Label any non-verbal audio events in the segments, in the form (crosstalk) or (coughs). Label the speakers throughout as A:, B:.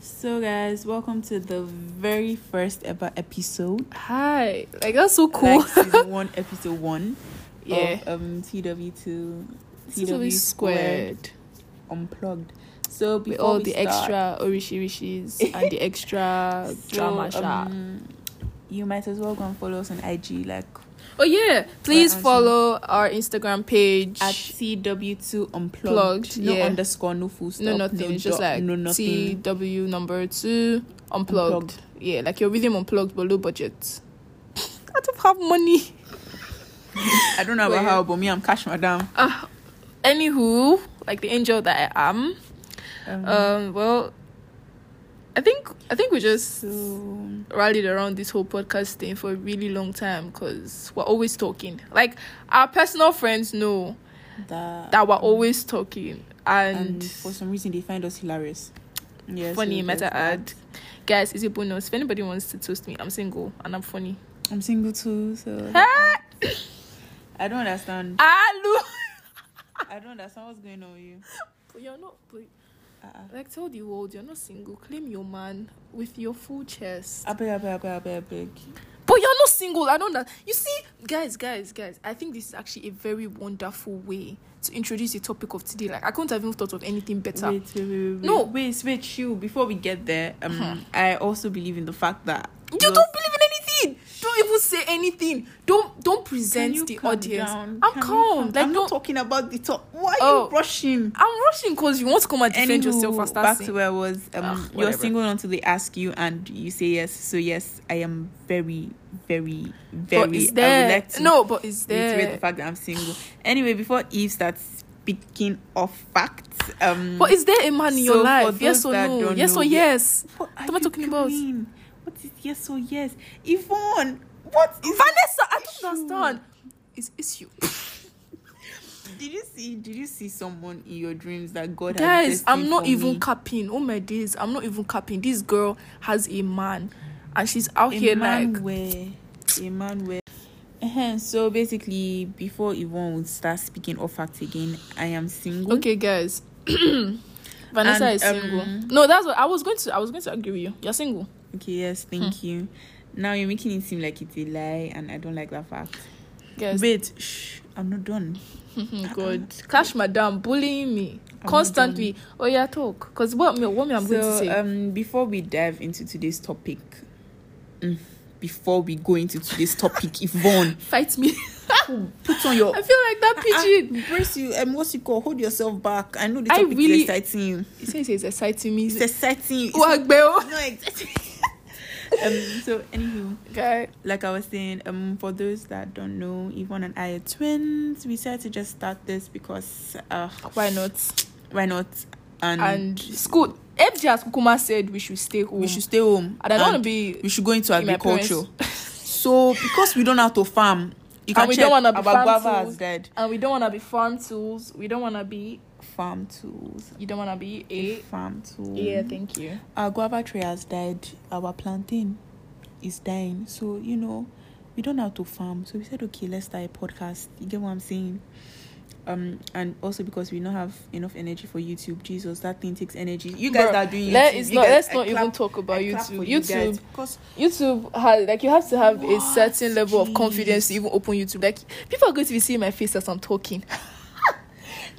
A: So, guys, welcome to the very first ever episode.
B: Hi. Like that's so cool.
A: Like season one, episode one
B: (laughs) yeah.
A: of um, TW2
B: TW squared.
A: Unplugged. So,
B: With
A: before
B: all
A: we
B: the
A: start,
B: extra
A: (laughs)
B: orishirishis and the extra
A: so,
B: drama shot.
A: um, you might as well go and follow us on IG, like
B: Oh yeah. Please
A: answer.
B: follow our Instagram page.
A: at TW2 Unplugged.
B: Plugged,
A: no
B: yeah.
A: underscore, no full stop.
B: no nothing. just
A: dot,
B: like
A: no nothing.
B: TW number two unplugged.
A: Unplugged.
B: Yeah, like your rhythm unplugged but low budget. (laughs) I don't have money.
A: I don't know about
B: Wait.
A: how, but me, I'm Cash Madam.
B: Uh, anywho, like the angel that I am.
A: Um,
B: Um well I think I think we just
A: so,
B: rallied around this whole podcast thing for a really long time because we're always talking. Like our personal friends know
A: that.
B: that we're always talking and,
A: and for some reason they find us hilarious. Yeah,
B: funny.
A: so
B: Matter
A: there's that.
B: add, guys, is a bonus. If anybody wants to toast me, I'm single and I'm funny.
A: I'm single too, so I don't understand.
B: Alu.
A: I don't understand what's going on with you.
B: But (laughs) you're not. But,
A: Uh-uh.
B: like tell the world you're not single. Claim your man with your full chest.
A: I beg, I beg, I beg, I beg, I beg.
B: But you're not single. I don't know. You see, guys, guys, guys. I think this is actually a very wonderful way to introduce the topic of today. Like I couldn't have even thought of anything better.
A: Wait, wait, wait, wait, wait.
B: No.
A: wait, wait, chill. Before we get there, um,
B: Huh.
A: I also believe in the fact that
B: You don't believe in anything. Don't even say anything. Don't don't
A: Can
B: present
A: you
B: the
A: calm
B: audience.
A: down?
B: I'm
A: Can you
B: calm. Like
A: I'm
B: don't.
A: not talking about the top. Why are
B: Oh.
A: you rushing?
B: I'm rushing because you want to come and defend
A: Anywho,
B: yourself and start
A: back to
B: saying.
A: where I was. Um,
B: Ugh,
A: you're
B: whatever.
A: single until they ask you, and you say yes. So yes, I am very, very, very.
B: But
A: I
B: it's
A: would
B: there.
A: like to
B: no, but it's
A: reiterate the
B: there.
A: fact that I'm single. Anyway, before Eve starts speaking of facts, um,
B: But is there a man in
A: So
B: your
A: for
B: life? Yes
A: those
B: or
A: that
B: no?
A: don't
B: Yes
A: know,
B: or
A: yeah.
B: yes?
A: what are
B: am I
A: you
B: talking about?
A: doing? What is yes or yes, Yvonne? What is
B: Vanessa, I
A: issue?
B: don't understand. It's it's you.
A: Did you see? Did you see someone in your dreams that God? has
B: guys i'm
A: destined
B: not
A: for
B: even
A: me?
B: capping oh my days i'm not even capping this girl has a man and she's out
A: a
B: here
A: man
B: like
A: where a man where Ehen, Uh-huh, so basically before Yvonne would start speaking of facts again, I am single.
B: okay guys (clears throat) vanessa
A: Mm-hmm. And,
B: is single
A: um,
B: no that's what i was going to i was going to agree with you you're single
A: Okay, yes, thank
B: Hmm.
A: you. Now you're making it seem like it's a lie and I don't like that fact.
B: (laughs) guys Hmm,
A: Wait, shh, I'm not done. um,
B: god cash madam bullying me
A: not
B: constantly oh yeah talk because what me what me i'm going to
A: so
B: say
A: um before we dive into today's topic mm, before we go into today's topic, (laughs) Yvonne,
B: fight me (laughs)
A: put on your
B: i feel like that pigeon
A: Ah, brace you and um, what's you call hold yourself back. I know the
B: I
A: topic
B: really-
A: is exciting you.
B: he says it's exciting me
A: It's ah. exciting you. It's
B: Wag bell.
A: no exactly. (laughs) um, so anywho,
B: guy
A: like I was saying, um, for those that don't know, Yvonne and I are twins. We decided to just start this because uh,
B: why not
A: why not? And,
B: and school fj as kukuma said we should stay home
A: we should stay home.
B: and i don't want
A: and
B: to be
A: We should go into
B: in my parents.
A: agriculture. so because we don't know how to farm, you can
B: And we
A: check
B: don't wanna be
A: our
B: farm
A: guava
B: tools.
A: is dead.
B: and we don't want to be farm tools. We don't want to be.
A: Farm tools.
B: You don't want to be a.
A: Farm tools.
B: Eh? Yeah, thank you.
A: our guava tree has died our plantain is dying so you know we don't know how to farm so we said okay let's start a podcast you get what i'm saying um and also because we don't have enough energy for youtube jesus that thing takes energy you guys
B: Bruh,
A: that are doing
B: let-
A: YouTube,
B: it's
A: you
B: not-
A: guys-
B: let's
A: I
B: not even
A: clap-
B: talk about
A: I clap for
B: YouTube.
A: you guys
B: YouTube.
A: because
B: YouTube has like you have to have a
A: What?
B: certain level of confidence to
A: Jeez.
B: even open YouTube. Like people are going to be seeing my face as I'm talking. (laughs)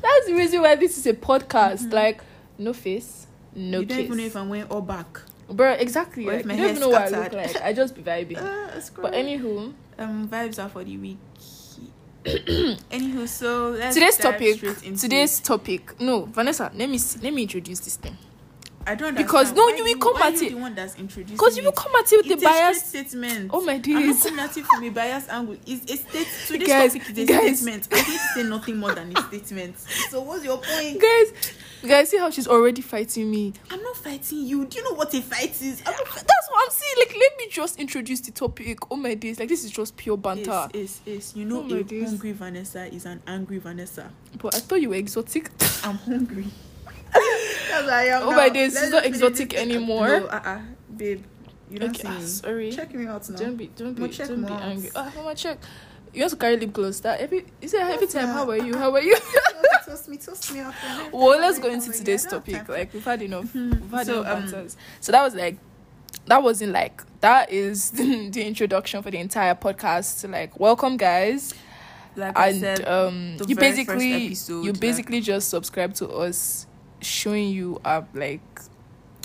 B: That's the reason why this is a podcast. Like no face,
A: Mm-hmm.
B: no
A: you don't even know
B: case,
A: if i'm wearing all back
B: bro. Exactly.
A: Or if
B: Like,
A: my
B: you
A: hair's
B: don't even know what I look
A: scattered.
B: like. I just be
A: (laughs)
B: vibing.
A: Ah,
B: But anywho,
A: um vibes are for the
B: (coughs)
A: week anywho so let's
B: today's
A: dive
B: topic.
A: straight into-
B: Today's topic. No, Vanessa. Let me s- let me introduce this thing.
A: i don't
B: because
A: understand.
B: no,
A: Why
B: you will
A: why
B: come
A: are
B: at
A: you
B: it.
A: the one that's introducing
B: Because you will
A: it?
B: come at it
A: It's
B: with
A: a
B: the bias.
A: straight statement.
B: Oh my
A: I'm not
B: days. (laughs)
A: coming at it from a biased angle. It's a state. Today's
B: Guys,
A: topic is a
B: guys.
A: statement. I didn't say nothing more than a statement. So what's your point?
B: guys guys see how she's already fighting me
A: I'm not fighting you. Do you know what a fight is? I'm not
B: that's what i'm saying like let me just introduce the topic oh my days like this is just pure banter
A: fighting. Is is you know
B: Oh my
A: a
B: days.
A: hungry Vanessa is an angry Vanessa.
B: but i thought you were exotic
A: I'm hungry. (laughs) That's why I am.
B: Oh my
A: now.
B: days,
A: Let's
B: it's not
A: finish
B: exotic
A: this-
B: anymore.
A: No, uh-uh. babe,
B: (laughs)
A: you don't
B: okay ah,
A: see
B: sorry
A: me. Check me out now.
B: don't be don't be
A: Mo check
B: don't be
A: marks.
B: angry ah mama check you want to carry lip gloss that every is it every
A: That's
B: time
A: not-
B: how are you how are you
A: That's
C: toast me, toast me up. and then-
B: (laughs) well let's go
C: Oh
B: into
C: my
B: today's
C: God, I don't have
B: topic
C: time.
B: like we've had enough
A: Mhm.
B: we've had
A: So,
B: enough
A: um,
B: answers so that was like that wasn't like that is (laughs) the introduction for the entire podcast So, like welcome guys
A: Like I
B: and
A: said,
B: um
A: the
B: you
A: very first
B: basically
A: episode,
B: you
A: like-
B: basically just subscribe to us showing you our like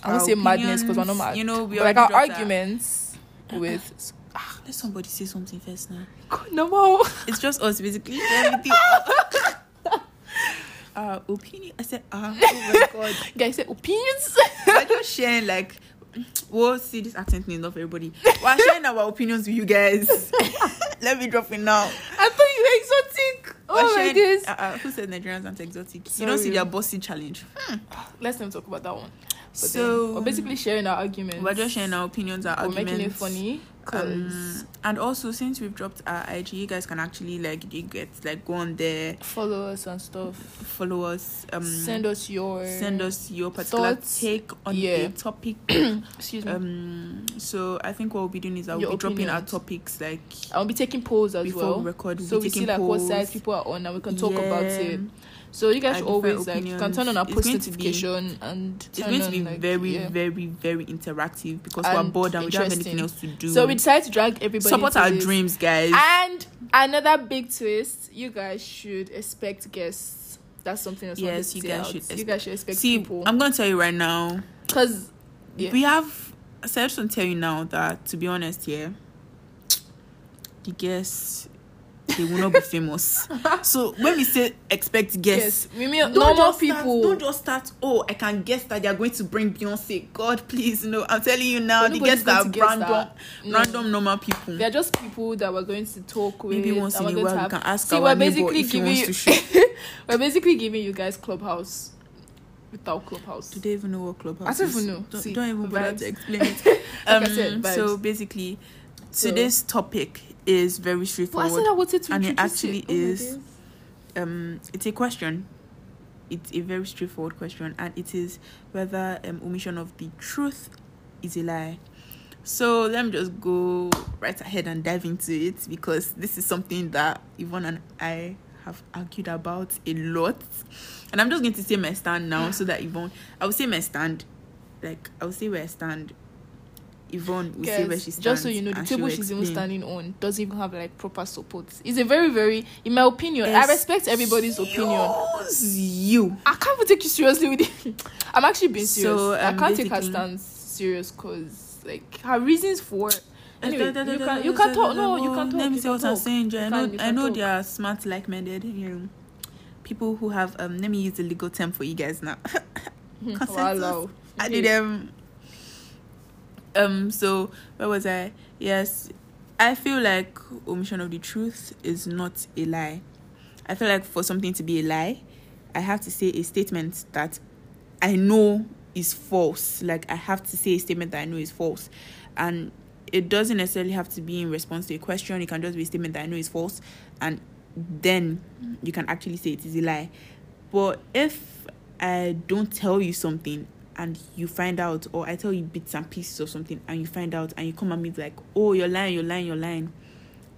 B: i
A: Our
B: won't say madness because we're not
A: opinions,
B: mad
A: you know, we
B: but, like our
A: already dropped our-
B: arguments
A: (laughs)
B: with
A: let somebody say something first now.
B: no more
A: It's just us basically. Everything. our uh, opinion. I said, ah, oh my
B: (laughs)
A: god.
B: guys say opinions
A: we're just sharing like well see this accent is not for everybody we're sharing our opinions with you guys (laughs) let me drop it now
B: i thought you were exotic oh
A: We're
B: my
A: sharing-
B: days
A: uh-uh, who said nigerians aren't exotic you don't see
B: Sorry.
A: their bossy challenge
B: let's not talk about that one But then-
A: so
B: we're basically sharing our arguments
A: we're just sharing our opinions our
B: we're
A: arguments
B: making it funny because
A: um, and also since we've dropped our ig you guys can actually like you get like go on there
B: follow us and stuff
A: follow us um
B: send us your
A: send us your particular
B: thoughts.
A: take on
B: Yeah.
A: a topic
B: excuse me
A: um so i think what we'll be doing is i'll
B: Your
A: be dropping our
B: opinions.
A: topics like
B: I'll be taking polls as
A: before
B: well.
A: we record, we'll
B: so
A: be
B: we see
A: taking
B: like what
A: polls.
B: side people are on and we can talk about
A: Yeah.
B: it. So you guys
A: Our
B: should
A: different
B: always like you can turn on our
A: opinions. It's
B: post
A: going to be-
B: notification and
A: It's
B: turn
A: going to
B: on,
A: be
B: like,
A: very,
B: yeah.
A: very, very interactive because we're
B: And
A: bored and we don't have anything
B: interesting.
A: else to do.
B: So we decided to drag everybody.
A: support
B: into
A: our
B: this.
A: dreams, guys.
B: And another big twist, you guys should expect guests. That's something else. I wanted
A: Yes,
B: to
A: you
B: say
A: guys
B: out.
A: should
B: you
A: expect-
B: guys should expect
A: See,
B: people
A: I'm gonna tell you right now.
B: because Yeah.
A: We have. So I just want to tell you now that, to be honest, yeah, the guests they will not be
B: (laughs)
A: famous. So when we say expect guests.
B: yes, we mean
A: don't
B: normal
A: just start-
B: people.
A: don't just start. Oh, I can guess that they are going to bring Beyonce. God, please, no. I'm telling you now. the
B: Nobody's
A: guests are
B: going to guess
A: random,
B: that. No.
A: random, normal people.
B: They are just people that we're going to talk with.
A: Maybe once
B: and
A: in a
B: we're going
A: while
B: to
A: we
B: have-
A: can ask
B: See,
A: our
B: we're
A: neighbor
B: basically
A: if he
B: giving
A: wants
B: you-
A: to shoot.
B: (laughs) we're basically giving you guys clubhouse without clubhouse.
A: Do they even know what clubhouse
B: I don't
A: is?
B: even know.
A: Don't,
B: See,
A: non. don't even bother
B: vibes.
A: to explain
B: (laughs)
A: it. Um,
B: I said, vibes.
A: so basically,
B: So-
A: today's topic is very
B: Well, I
A: straightforward.
B: said I wanted to
A: And it
B: introduce
A: actually
B: Oh my
A: is-
B: days.
A: um, it's a question. It's a very straightforward question, and it is whether um, omission of the truth is a lie. So let me just go right ahead and dive into it because this is something that Yvonne and I have argued about a lot. And I'm just going to say my stand now so that Yvonne, I will say my stand, like, I will say where I stand. Yvonne will say
B: Guys,
A: where she stands.
B: just so you know, the
A: and she
B: table
A: will
B: she's even
A: explain.
B: standing on doesn't even have like proper support. It's a very, very, in my opinion, I respect everybody's opinion.
A: Excuse You.
B: I can't even take you seriously with it. (laughs) I'm actually being serious.
A: So,
B: I
A: um,
B: can't take her
A: basically-
B: stance serious because like her reasons for. Anyway, you
A: Da- da- da-
B: can
A: da-
B: you
A: da-
B: can
A: da- da-
B: talk. No,
A: da-
B: you can talk.
A: Let me see
B: you can
A: what I'm
B: talk.
A: saying. Jay. I
B: You
A: know,
B: can- you
A: I
B: can
A: know
B: talk.
A: they are smart, like-minded you know, people who have. Um, let me use the legal term for you guys now.
B: (laughs)
A: consensus.
B: Walao.
A: I
B: Okay.
A: did um um so where was I? Yes. I feel like omission of the truth is not a lie. I feel like for something to be a lie, I have to say a statement that I know is false. Like I have to say a statement that I know is false. And it doesn't necessarily have to be in response to a question. It can just be a statement that I know is false and then you can actually say it is a lie. But if I don't tell you something and you find out, or I tell you bits and pieces of something and you find out, and you come at me like, oh, you're lying, you're lying, you're lying.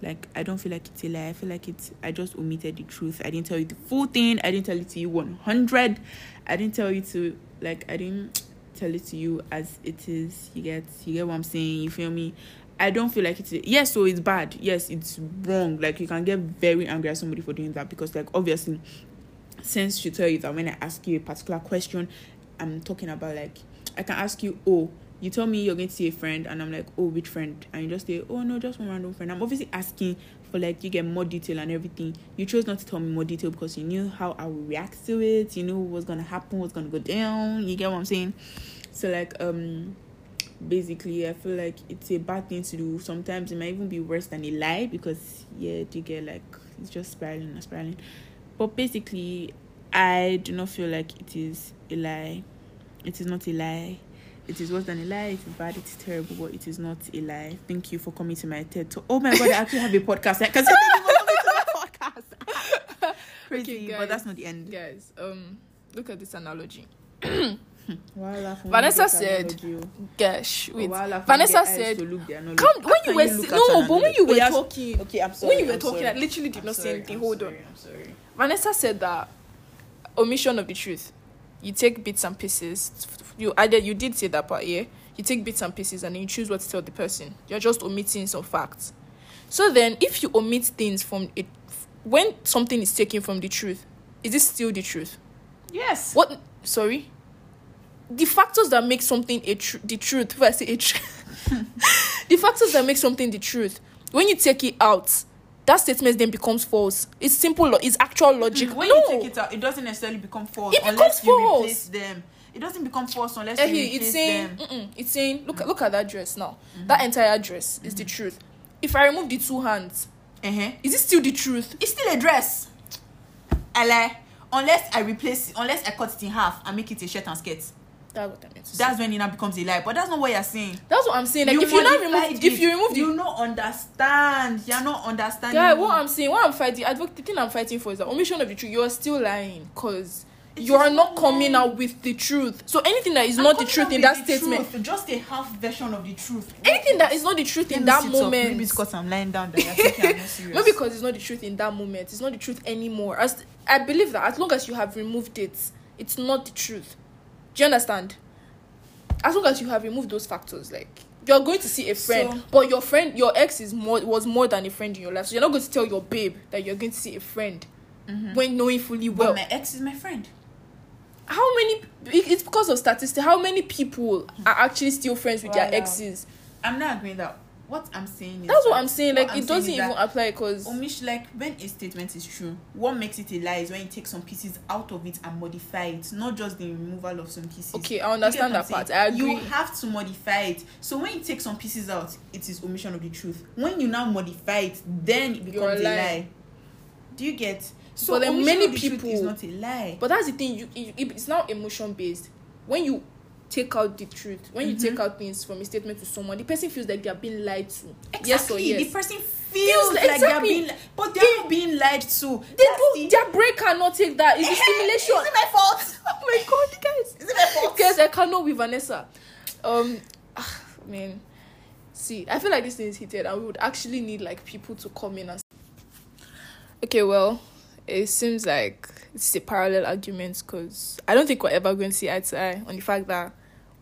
A: Like, I don't feel like it's a lie. I feel like it's, I just omitted the truth. I didn't tell you the full thing. I didn't tell it to you 100. I didn't tell you to, like, I didn't tell it to you as it is. You get, you get what I'm saying? You feel me? I don't feel like it's yes, so it's bad. Yes, it's wrong. Like you can get very angry at somebody for doing that because like obviously since she tell you that when I ask you a particular question, I'm talking about like I can ask you, oh, you tell me you're going to see a friend and I'm like, oh, which friend? And you just say, oh no, just one random friend. I'm obviously asking for like you get more detail and everything. You chose not to tell me more detail because you knew how I would react to it, you knew what's gonna happen, what's gonna go down, you get what I'm saying? So like um basically i feel like it's a bad thing to do sometimes it might even be worse than a lie because yeah you get like it's just spiraling and spiraling but basically i do not feel like it is a lie it is not a lie it is worse than a lie it is bad it is terrible but it is not a lie thank you for coming to my ted talk oh my god i actually have a podcast i can say (laughs) thank you for coming to my podcast crazy
B: Okay,
A: but
B: guys.
A: that's not the end
B: Guys, um, look at this analogy. Vanessa
A: vanessa
B: said- Gosh, wait.
A: Wahala,
B: Vanessa
A: funny guys
B: said,
A: to look their knowledge.
B: "Come
A: How
B: when you
A: can
B: were
A: look
B: si-
A: at
B: no,
A: someone
B: but when
A: and
B: you
A: be
B: were
A: like,
B: talking,
A: Okay, I'm sorry.
B: when you were
A: I'm
B: talking,
A: sorry.
B: I literally did
A: I'm
B: not say
A: sorry,
B: anything.
A: I'm
B: Hold on.
A: sorry, I'm sorry.
B: Vanessa said that omission of the truth. You take bits and pieces. You added. You did say that part, yeah. You take bits and pieces and then you choose what to tell the person. You're just omitting some facts. So then, if you omit things from it, when something is taken from the truth, is it still the truth?
A: Yes.
B: What? Sorry. The factors that make something a tr- the truth. When I say a tr- (laughs) the factors that make something the truth. When you take it out, that statement then becomes false. It's simple. lo- It's actual logic.
A: Mm, When
B: no.
A: you take it out, it doesn't necessarily become false
B: It
A: unless
B: becomes
A: you
B: false.
A: replace them. It doesn't become false unless
B: Eh,
A: you
B: he- it's
A: replace
B: saying,
A: them. Mm. Mm-hmm.
B: mm-mm, it's saying, look, look at that dress now. That entire dress is the truth. If I remove the two hands,
A: Uh-huh.
B: is it still the truth?
A: It's still a dress. Ale, unless I replace, unless I cut it in half and make it a shirt and skirt.
B: That's what I meant to say.
A: That's when it now becomes a lie. But that's not what you're saying.
B: That's what I'm saying. Like, if you not
A: modified
B: remove,
A: it.
B: if you remove the
A: you not understand. You're not understanding.
B: guy,
A: me.
B: what I'm saying, what I'm fighting, advoc- the thing I'm fighting for is the omission of the truth. You are still lying because
A: It
B: you are
A: is
B: not
A: not
B: coming
A: lying.
B: out with the truth. So anything that is
A: I'm
B: not the
A: coming
B: truth
A: up
B: in
A: with
B: that
A: the
B: statement,
A: truth, just a half version of the truth.
B: anything that is not the truth
A: Let
B: in
A: me
B: that
A: sit up.
B: moment,
A: Maybe it's because I'm lying down. That you're thinking I'm not serious.
B: not because it's not the truth in that moment it's not the truth anymore as i believe that as long as you have removed it it's not the truth do you understand as long as you have removed those factors like you're going to see a friend
A: So-
B: but your friend your ex is more was more than a friend in your life so you're not going to tell your babe that you're going to see a friend
A: Mm-hmm.
B: when knowing fully
A: But
B: well
A: my ex is my friend.
B: how many it- it's because of statistics how many people are actually still friends with
A: Wow.
B: their exes
A: I'm not agreeing that. What I'm saying is
B: that's what
A: that-
B: i'm saying like
A: I'm
B: it doesn't
A: is that
B: even apply because
A: Omish, like when a statement is true, what makes it a lie is when you take some pieces out of it and modify it, not just the removal of some pieces.
B: okay
A: You
B: i understand
A: get
B: that
A: what I'm
B: part i
A: saying?
B: agree
A: You have to modify it. So when you take some pieces out, it is omission of the truth. When you now modify it, then it
B: You're
A: becomes a
B: lying.
A: lie. Do you get? So
B: But then
A: omission
B: many
A: of the truth is
B: people-
A: not a lie.
B: But that's the thing. You, you it- it's now emotion based. When you take out the truth, when you
A: Mm-hmm.
B: take out things from a statement to someone, the person feels like they are being lied to.
A: Exactly.
B: Yes or yes.
A: The person feels
B: like-
A: like,
B: exactly.
A: they're being, li- but they're not being lied to.
B: they
A: That's
B: do,
A: the-
B: their brain cannot take that.
A: (laughs)
B: It's a
A: Is
B: stimulation.
A: it my fault?
B: oh my god, guys!
A: Is it my fault?
B: Guys, I cannot with Vanessa. Um, ah, man, see, I feel like this thing is heated, and we would actually need like people to come in and. Okay, well, it seems like it's a parallel argument because I don't think we're ever going to see eye to eye on the fact that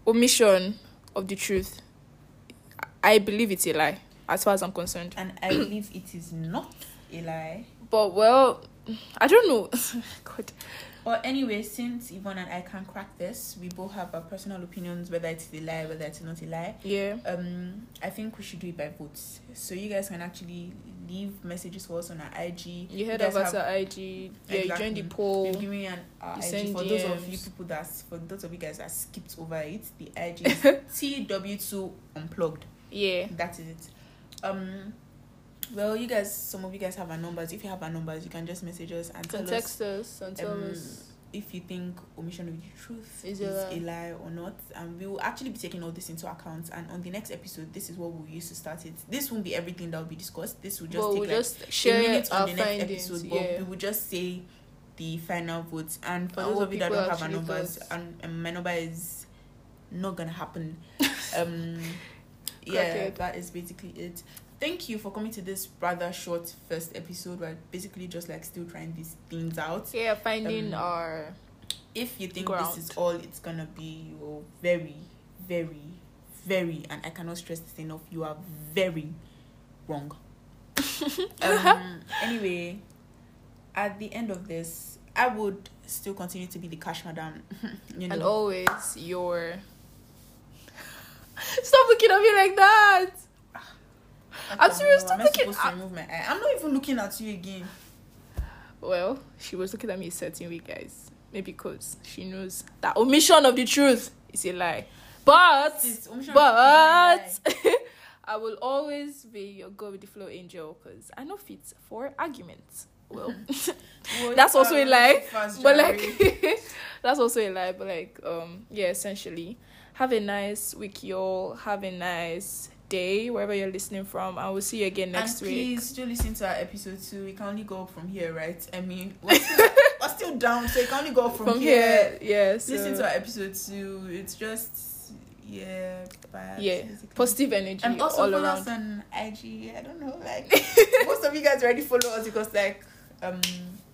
B: omission of the truth. I believe it's a lie, as far as I'm concerned.
A: And I believe it is not a lie.
B: But well, I don't know. (laughs) God.
A: But anyway, since Yvonne and I can crack this, we both have our personal opinions whether it's a lie, whether it's not a lie.
B: Yeah.
A: Um, I think we should do it by votes. So you guys can actually leave messages for us on our IG.
B: You heard
A: guys
B: about
A: have-
B: the IG. Yeah, you joined
A: Exactly.
B: the poll.
A: We've given you an uh,
B: You
A: IG
B: send
A: for those of
B: DMs.
A: you people that for those of you guys that skipped over it. The IG
B: (laughs)
A: is TW2 unplugged.
B: Yeah.
A: That is it. Um, well, you guys, some of you guys have our numbers. If you have our numbers, you can just message us and tell us
B: And text us and tell
A: um,
B: us.
A: if you think omission of the truth
B: Is
A: is,
B: a
A: a lie or not. And we will actually be taking all this into account. And on the next episode, this is what we'll use to start it. This won't be everything that will be discussed. This will just
B: but
A: take
B: we'll
A: like
B: just share
A: a minute
B: our
A: on the next
B: findings.
A: episode. But
B: yeah.
A: we will just say the final votes. And for
B: And
A: those
B: what
A: of you that
B: people
A: don't have our
B: actually
A: numbers,
B: thought.
A: and, and my number is not gonna
B: (laughs)
A: happen. um, yeah,
B: Crackhead.
A: that is basically it. Thank you for coming to this rather short first episode. We're basically just like still trying these things out
B: Yeah, finding
A: um,
B: our
A: if you think
B: ground.
A: this is all it's gonna be, you're very, very, very, and I cannot stress this enough, you are very
B: (laughs)
A: wrong. um, anyway, at the end of this, I would still continue to be the cash madam. (laughs) you
B: and
A: know,
B: always your. (laughs) Stop looking at me like that.
A: I
B: I'm
A: can't
B: serious,
A: know,
B: stop
A: am I
B: looking-
A: supposed to
B: I-
A: remove my eye? I'm not even looking at you again.
B: Well, she was looking at me a certain way, guys. Maybe because she knows that omission of the truth is a lie. But
A: Sis, omission of the truth
B: but (laughs)
A: is
B: I will always be your go with the flow angel because I know fit for arguments. Well,
A: (laughs) Well,
B: That's
A: you
B: also
A: are
B: a lie,
A: really fast,
B: but
A: Jerry.
B: like (laughs) that's also a lie but like um yeah essentially have a nice week y'all have a nice day wherever you're listening from i will see you again next
A: and
B: week
A: Please do listen to our episode two. We can only go up from here, right? I mean, we're still, (laughs) we're still down, so you can only go up from, here.
B: yes yeah, so,
A: listen to our episode two. It's just yeah, bad.
B: yeah
A: basically.
B: positive energy
A: And also
B: all
A: follow
B: around
A: us
B: (laughs)
A: on IG. I don't know, like most of you guys already follow us because like Um,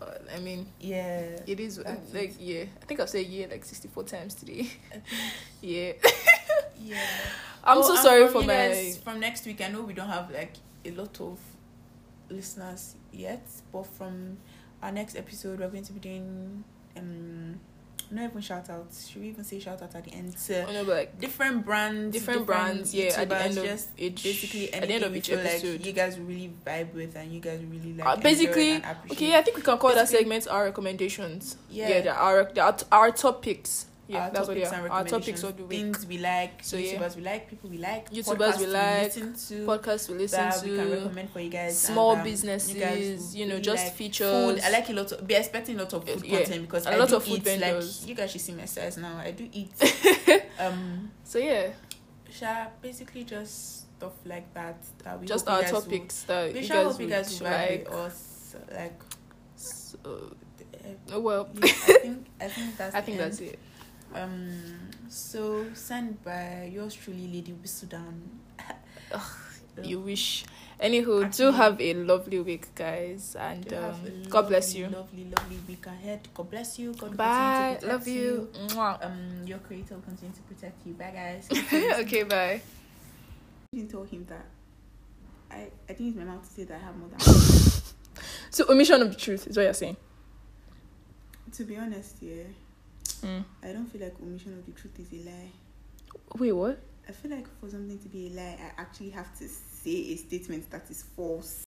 B: Uh, I mean,
A: yeah.
B: it is uh,
A: That's
B: like yeah. I think I've said yeah like sixty four times today. (laughs)
A: (laughs)
B: yeah.
A: Yeah.
B: I'm
A: Oh,
B: so
A: and
B: sorry
A: from
B: for
A: you
B: my.
A: guys, from next week, I know we don't have like a lot of listeners yet, but from our next episode, we're going to be doing um, not even shout outs. Should we even say shout out at the end? To
B: I know, but like
A: different brands,
B: different brands. Yeah, at the
A: YouTubers,
B: end of
A: just
B: each.
A: basically anything
B: at the end of
A: we
B: each
A: feel
B: episode.
A: like you guys really vibe with and you guys really like.
B: Uh,
A: enjoy
B: basically,
A: and appreciate.
B: okay, yeah, I think we can call that
A: Basically-
B: segment our recommendations.
A: yeah,
B: yeah, the, our, the, our our topics. Yeah,
A: our
B: that's what they
A: topics
B: are.
A: and
B: Our topics
A: recommendations,
B: of the week.
A: Things we like,
B: So, yeah.
A: YouTubers we like, people we like,
B: YouTubers
A: podcasts
B: we like,
A: listen to,
B: podcasts we listen
A: that we can
B: to,
A: recommend for you guys.
B: small
A: and, um,
B: businesses,
A: you
B: you,
A: guys
B: know,
A: really
B: just
A: like
B: features.
A: Food. I like a lot. Of, be expecting a lot of food
B: Yeah.
A: content because
B: A
A: I
B: lot
A: do
B: of food
A: eat,
B: vendors.
A: Like you guys should see my size now. I do
B: (laughs)
A: eat. um,
B: so yeah,
A: sha, basically just stuff like that. that we
B: just
A: hope you
B: our
A: guys will-
B: topics that
A: we
B: you
A: shall
B: guys
A: hope you
B: would
A: guys will vibe
B: like.
A: with us. Like,
B: So,
A: uh,
B: oh, well,
A: yeah, I think I think that's.
B: (laughs) I
A: the
B: think
A: end.
B: that's it.
A: Um, so signed by yours truly, Lady Bisudan.
B: You wish. Anywho, do
A: Actually-
B: have a lovely week, guys, and
A: Do have a
B: um, God bless
A: lovely,
B: you.
A: Lovely, lovely week ahead. God bless you. God
B: Bye.
A: continue to
B: Love
A: protect
B: you. Mwah.
A: (laughs) Um, your creator will continue to protect you. Bye,
B: (laughs)
A: guys.
B: okay, bye.
A: didn't tell him that. I I didn't use my mouth to say that I have more than.
B: So omission of the truth is what you're saying.
A: to be honest, yeah,
B: Mm.
A: I don't feel like omission of the truth is a lie.
B: Wait, what?
A: I feel like for something to be a lie, I actually have to say a statement that is false.